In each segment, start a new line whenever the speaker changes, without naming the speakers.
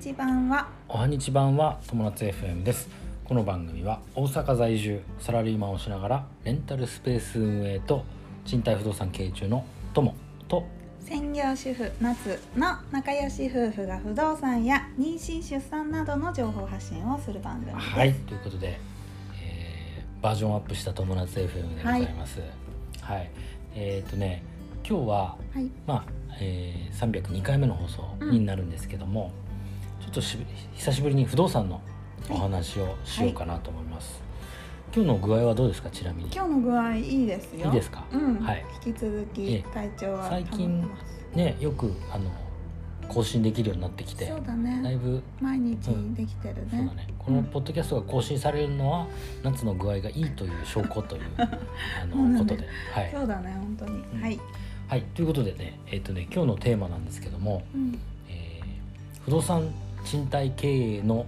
日版は
おはにちばんは友達 FM ですこの番組は大阪在住サラリーマンをしながらレンタルスペース運営と賃貸不動産経営中の友と
専業主婦夏の仲良し夫婦が不動産や妊娠出産などの情報発信をする番組です、
はいということで、えーバージョンアップした友達 FM でございますはい、えーっ、とね今日は
はい
まあ、えー、302回目の放送になるんですけども、ちょっとし久しぶりに不動産のお話をしようかなと思います、今日の具合はどうですかちなみに
今日の具合いいですよ
いいですか
うん、
はい
引き続
ええ
き体調は保
最
って
近
ます
ねよくあの更新できるようになってきて
そうだ
だい
ね
ぶ
毎日できてる
そうだ
ね、
ねこのポッドキャストが更新されるのは夏の具合がいいという証 拠というあ
そうなん
の
だ
ことで、はい
そうだね本当に、
うん
はい、
はい、ということでね,、えっとね今日のテーマなんですけども、
うん、
えー不動産賃貸経営の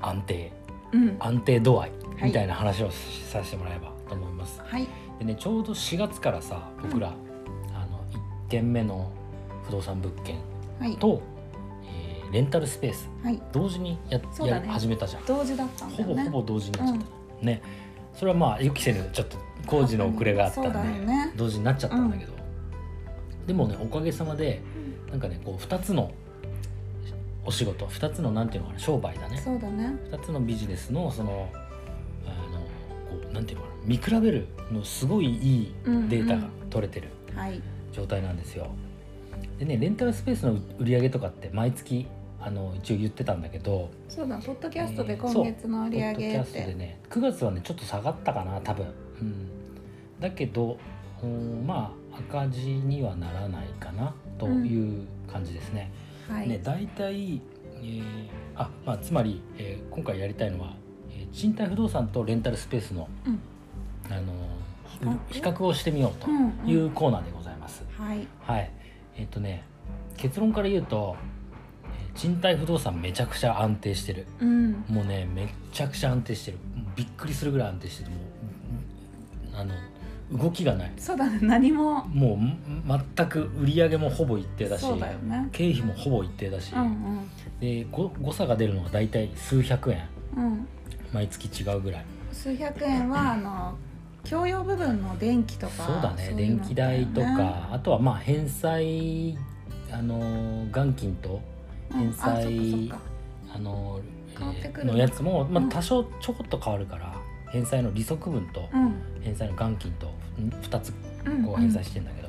安定
うん、
安定度合い
はい
みたいな話をしさせてもらえばと思います。
はい
でねちょうど4月からさ僕ら、あの1軒目の不動産物件
はい
と、えーレンタルスペース
はい
同時にや,、
そうだ
や
ね
始めたじゃん、
同時だったんだ
ほ
よ
ぼ
ね
ほぼ同時になっちゃった、ねそれはまあ予期せぬちょっと工事の遅れがあったんで、
そうだよね
同時になっちゃったんだけど、でもねおかげさまでなんかねこう2つのお仕事2つのなんていうのかな商売だね
そうだね
2つのビジネスのそのあのこうなんていうのかな見比べるのすごいいいデータが取れてる
はい
状態なんですよ。でねレンタルスペースの売り上げとかって毎月あの一応言ってたんだけど
そうだポッドキャストで
えー
今月の売り
ポッ
上
ドキ
げ
ャ
っ
ストで
て
ね9月はねちょっと下がったかな多分、うん、だけどうんまあ赤字にはならないかなという感じですね。
はい、
ね、大体、えーあまあ、つまり、えー今回やりたいのは、えー賃貸不動産とレンタルスペースの、
うん
あのー
比較
比較をしてみようと
うんうん
いうコーナーでございます。
はい
はい、えっ、とね結論から言うと、えー賃貸不動産めちゃくちゃ安定してる
うん
もうねめちゃくちゃ安定してるもうびっくりするぐらい安定しててもうあの動きがない
そうだね何も
もうん全く売り上げもほぼ一定だし
そうだよね
経費もほぼ一定だし、
うん
で誤誤差が出るのが大体数百円
うんうん
毎月違うぐらい
数百円はあの共用部分の電気とか
そうだね
い
電
の
気代と
だよね
かあとはまあ返済あのー元金と
うん
返済
あそっかそっか
あのー
変わってくる
のやつも、まあ
う、ん
多少ちょこっと変わるから、返済の利息分と
うん
返済の元金と2つ
うん
こう返済してんだけど、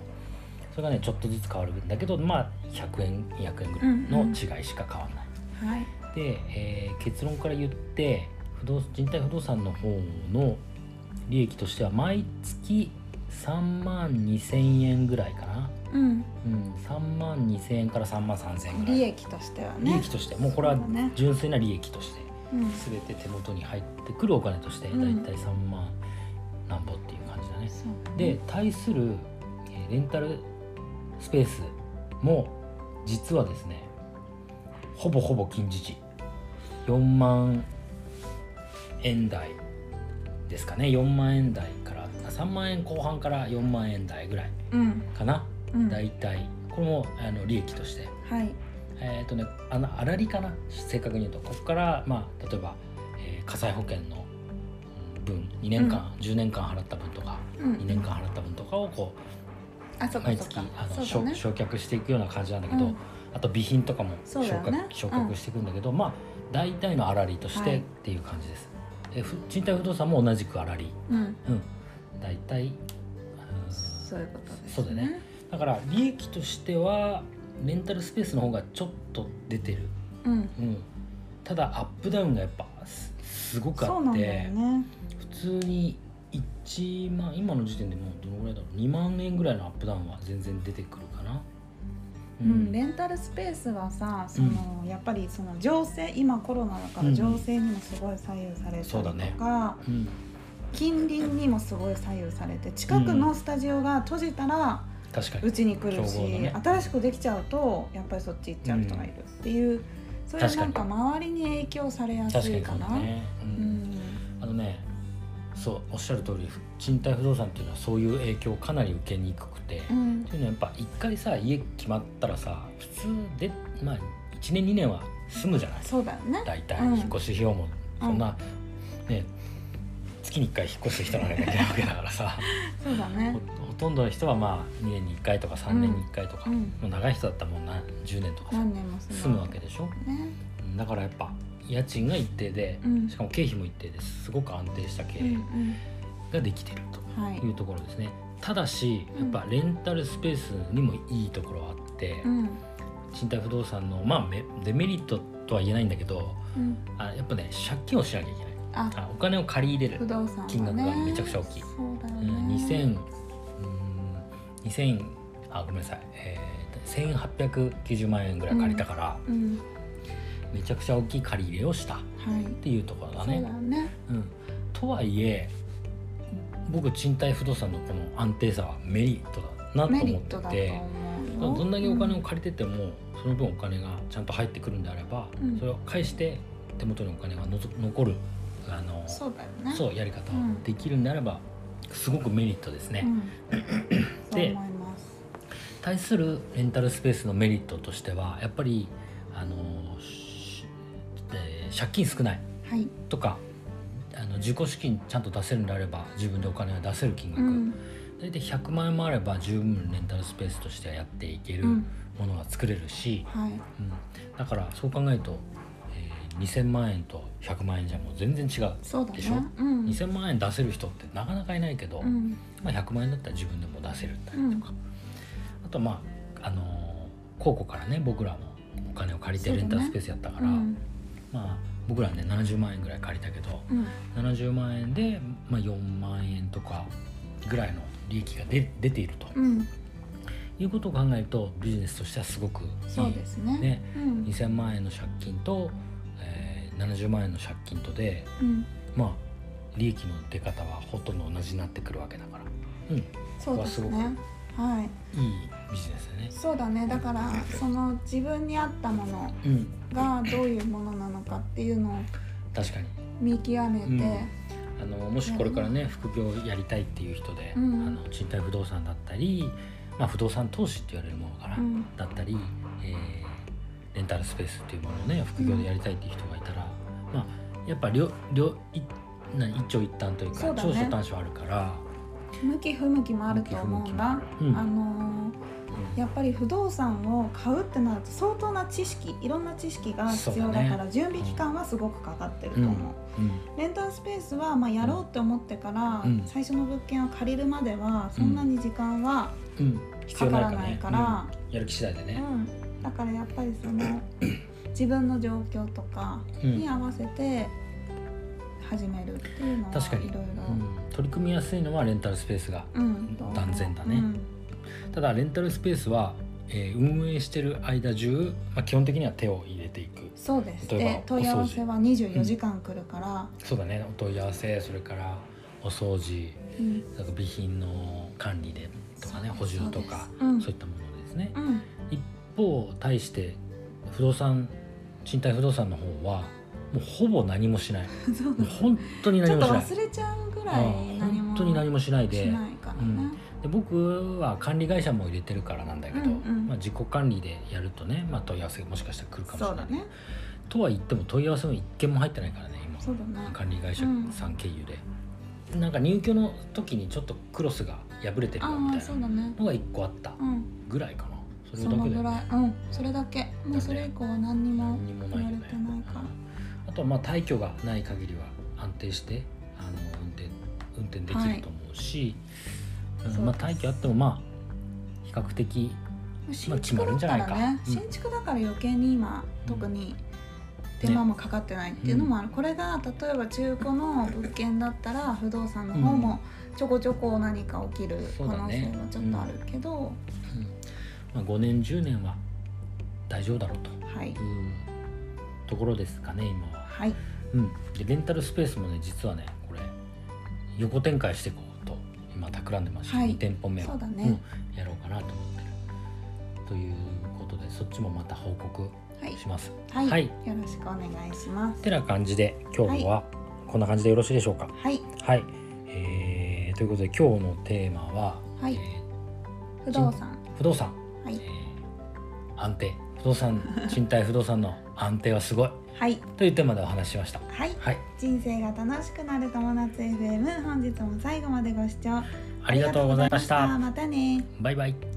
それがねちょっとずつ変わるんだけどまあ100円200円ぐらいの違いしか変わらない。
はい
で、えー結論から言って不動人体不動産の方の利益としては毎月3万2,000円ぐらいかな、
うん
うん、3万2,000円から3万3,000円ぐらい
利益としてはね
利益としてもうこれは
そうだね
純粋な利益として
うん
全て手元に入ってくるお金として
う
だい
ん
たい3万なんぼっていう感じだね。
そう
で対する、えーレンタルスペースも実はですねほぼほぼ近似値4万円台ですかね4万円台からあ3万円後半から4万円台ぐらい
うん
かな、
うん
大体これもあの利益として
はい
えっ、とねあの粗利かな正確に言うとここから、まあ、例えば、えー火災保険のうん分2年間、10年間払った分とか
うん
2年間払った分とかをこ
あそうっか
毎
そっ
月
か
あの、
そうだね
焼焼却していくような感じなんだけど、
うん
あと備品とかも
そう
焼
だよね
却,、焼却していくんだけど、まあ大体の粗利とし
はい
てっていう感じです、えふ賃貸不動産も同じく粗利
うん
うん大体うん
そういうことです
そうだねだから利益としてはレンタルスペースの方がちょっと出てる
うん
うん、ただアップダウンがやっぱすすごくあ
そう
っ
なん
て、
だよね
普通に1万今の時点でもうどのぐらいだろう2万円ぐらいのアップダウンは全然出てくるかな。
うん、レンタルスペースはさその、やっぱりその情勢今コロナだから情勢にもすごい左右され
そうだ
たり
ね
とか、
うん
近隣にもすごい左右されて近くのスタジオが閉じたら
確かに
うちに来るし、
競合だね
新しくできちゃうとやっぱりそっち行っちゃう人がいるっていう、それはなんか周りに影響されやす
確か
い
に
か
そう
な。
だね、う
うんん
あのねそうおっしゃる通り賃貸不動産っていうのはそういう影響をかなり受けにくくて、
うん
っていうのはやっぱ一回さ家決まったらさ普通でまあ1 1年2年は済むじゃない
そうだよね
大体
うん
引っ越し費用もそんな、ね月に1回引っ越す人なんかいないわけだからさ
そうだね
ほほとんどの人はまあ2年に1回とか3年に1回とか、
うんうん
もう長い人だったらもんな10年とかさ
何年も
住むわけでしょ
ね
だからやっぱ家賃が一定で、
うん
しかも経費も一定ですごく安定した経
うん
営ができてると
うんはい
いうところですね、ただし
う
やっ
ん
ぱレンタルスペースにもいいところはあって、
うん
賃貸不動産のまあメデメリットとは言えないんだけど
うん
あやっぱね借金をしなきゃいけない
あ
あお金を借り入れ
不
る、
動産はね
金額がめちゃくちゃ大きい
そうだよ
う
ね
ん、2000うん2000あごめんなさい、えー、1890万円ぐらい借りたから、
うん
めちゃくちゃ大きい借り入れをしたっ
はい
ていうところだ
そう
ね
だね
うん、とはいえ僕賃貸不動産のこの安定さはメリットだなと
メリ
思
ット
っ
だ
て
と
て
思うよ
どんだけお金を借りてても、その分お金がちゃんと入ってくるんであれば、
うん
それを返して手元にお金がのぞ残るあの
そうだよね
そううやり方
うん
できるんであれば、すごくメリットですね、
んそう
で
思います
対するレンタルスペースのメリットとしてはやっぱりあの、しえー借金少ない
はい
とかあの自己資金ちゃんと出せるんであれば自分でお金を出せる金
う
額、
ん
大体100万円もあれば十分レンタルスペースとしてやっていける
うん
ものが作れるし、
はい
うんだからそう考えると、えー2000万円と100万円じゃもう全然違う、
そうだね
でしょ
うん
2000万円出せる人ってなかなかいないけど、
うん
まあ、100万円だったら自分でも出せるったりとか、あとまああのー高校からね僕らもお金を借りてレンタルスペースやったから、
うん
まあ僕らね70万円ぐらい借りたけど
うん
70万円で、まあ、4万円とかぐらいの利益が出出ていると
うん
いうことを考えるとビジネスとしてはすごくいい
そうですね
ね
うん
2000万円の借金と、えー70万円の借金とで
うん
まあ利益の出方はほとんど同じになってくるわけだから、うん、いい
そうです
ここは
ねはい
ビジネスだね。
そうだねだからその自分に合ったもの
うん、
がどういうものなのかっていうのを
確かに
見極めて、
あのもしこれからね副業やりたいっていう人で、
うん
あの賃貸不動産だったり、まあ、不動産投資って言われるものかな、
うん
だったり、えーレンタルスペースっていうものをね副業でやりたいっていう人がいたら、まあやっぱ両両いな一長一短というか
そうだね
長所短所あるから
向き不向きもあると思うんだ。
向き不向きもあ
あ
る
のーやっぱり不動産を買うってなると相当な知識いろんな知識が必要だ
そ
か
うだ
ら
ね
準備期間はすごくかかってる
う
と
んう
思
ん
う、レンタルスペースはまあやろうって思ってから、
うん
最初の物件を借りるまではそんなに時間は、
うんうん必要ないか
かからない
ね
から
うんやる気次第で
うん
ね、
だからやっぱりそ の自分の状況とか
うん
に合わせて始めるっていうのは
確かに
いろいろ。
うん取り組みやすいのはレンタルスペースが
うん
断然だねただレンタルスペースは、えー運営してる間中、まあ、基本的には手を入れていく
そうです
例えば
で問い合わせは24時間来るから、
そうだねお問い合わせそれからお掃除
うん
あと備品の管理でとかね補充とか
そう
そう
です
いったものですね
うんうん
一方対して不動産賃貸不動産の方はもうほぼ何もしない
そう
もう本当に
ち
何
ょっ
も
と
しな
忘
い
れちゃうぐら
ああ
い何も
本当に何もしないで
しないからね、
で僕は管理会社も入れてるからなんだけど、
うんうん
まあ、自己管理でやるとね、まあ、問い合わせがもしかしたら来るかもし
そ
れ
う
な
だ
い、
ね
とは言っても問い合わせも一件も入ってないからね今
そうだね
管理会社さん経由で、なんか入居の時にちょっとクロスが破れてるよみ
ああ
た
そ
いうな
だね
のが一個あった
うん
ぐらいかなそれ
そ
だ
の
け
ぐ
で、
らい
ね、
うんそれだけもうそれ以降は何にも
何にもない
言
よ
われ
ね
てないから
うんあとはまあ退去がない限りは安定してあの運転運転できると思うし、
い
うんまあ、
そうです
退去あってもまあ比較的
新築だった
決まるんじ
ら
ゃない
ね
かうん
新築だから余計に今特に手間もかかってないっていうのもある、これが例えば中古の物件だったら不動産の方もちょこちょこ何か起きる可
そうだ
能性
ね
もちょっとあるけど、
まあ、5年10年は大丈夫だろう
はい
というところですかね今は、
はい
うん、でレンタルスペースもね実はねこれ横展開していこうと今企んでまして、
はい
2店舗目を
そうだね
うんやろうかなと思ってるということでそっちもまた報告
はい
します
はい、
はい
よろしくお願いします
てな感じで今日はこんな感じでよろしいでしょうか
はい
はい、えーということで今日のテーマは、
はい
えー
不動産
不動産
は
え
い
ー安定不不動産賃貸不動産の安定はすごい
はい
というテーマでお話ししました
はい
はい
人生が楽しくなる友達 FM 本日も最後までご視聴
ありがとうございました
またね
バイバイ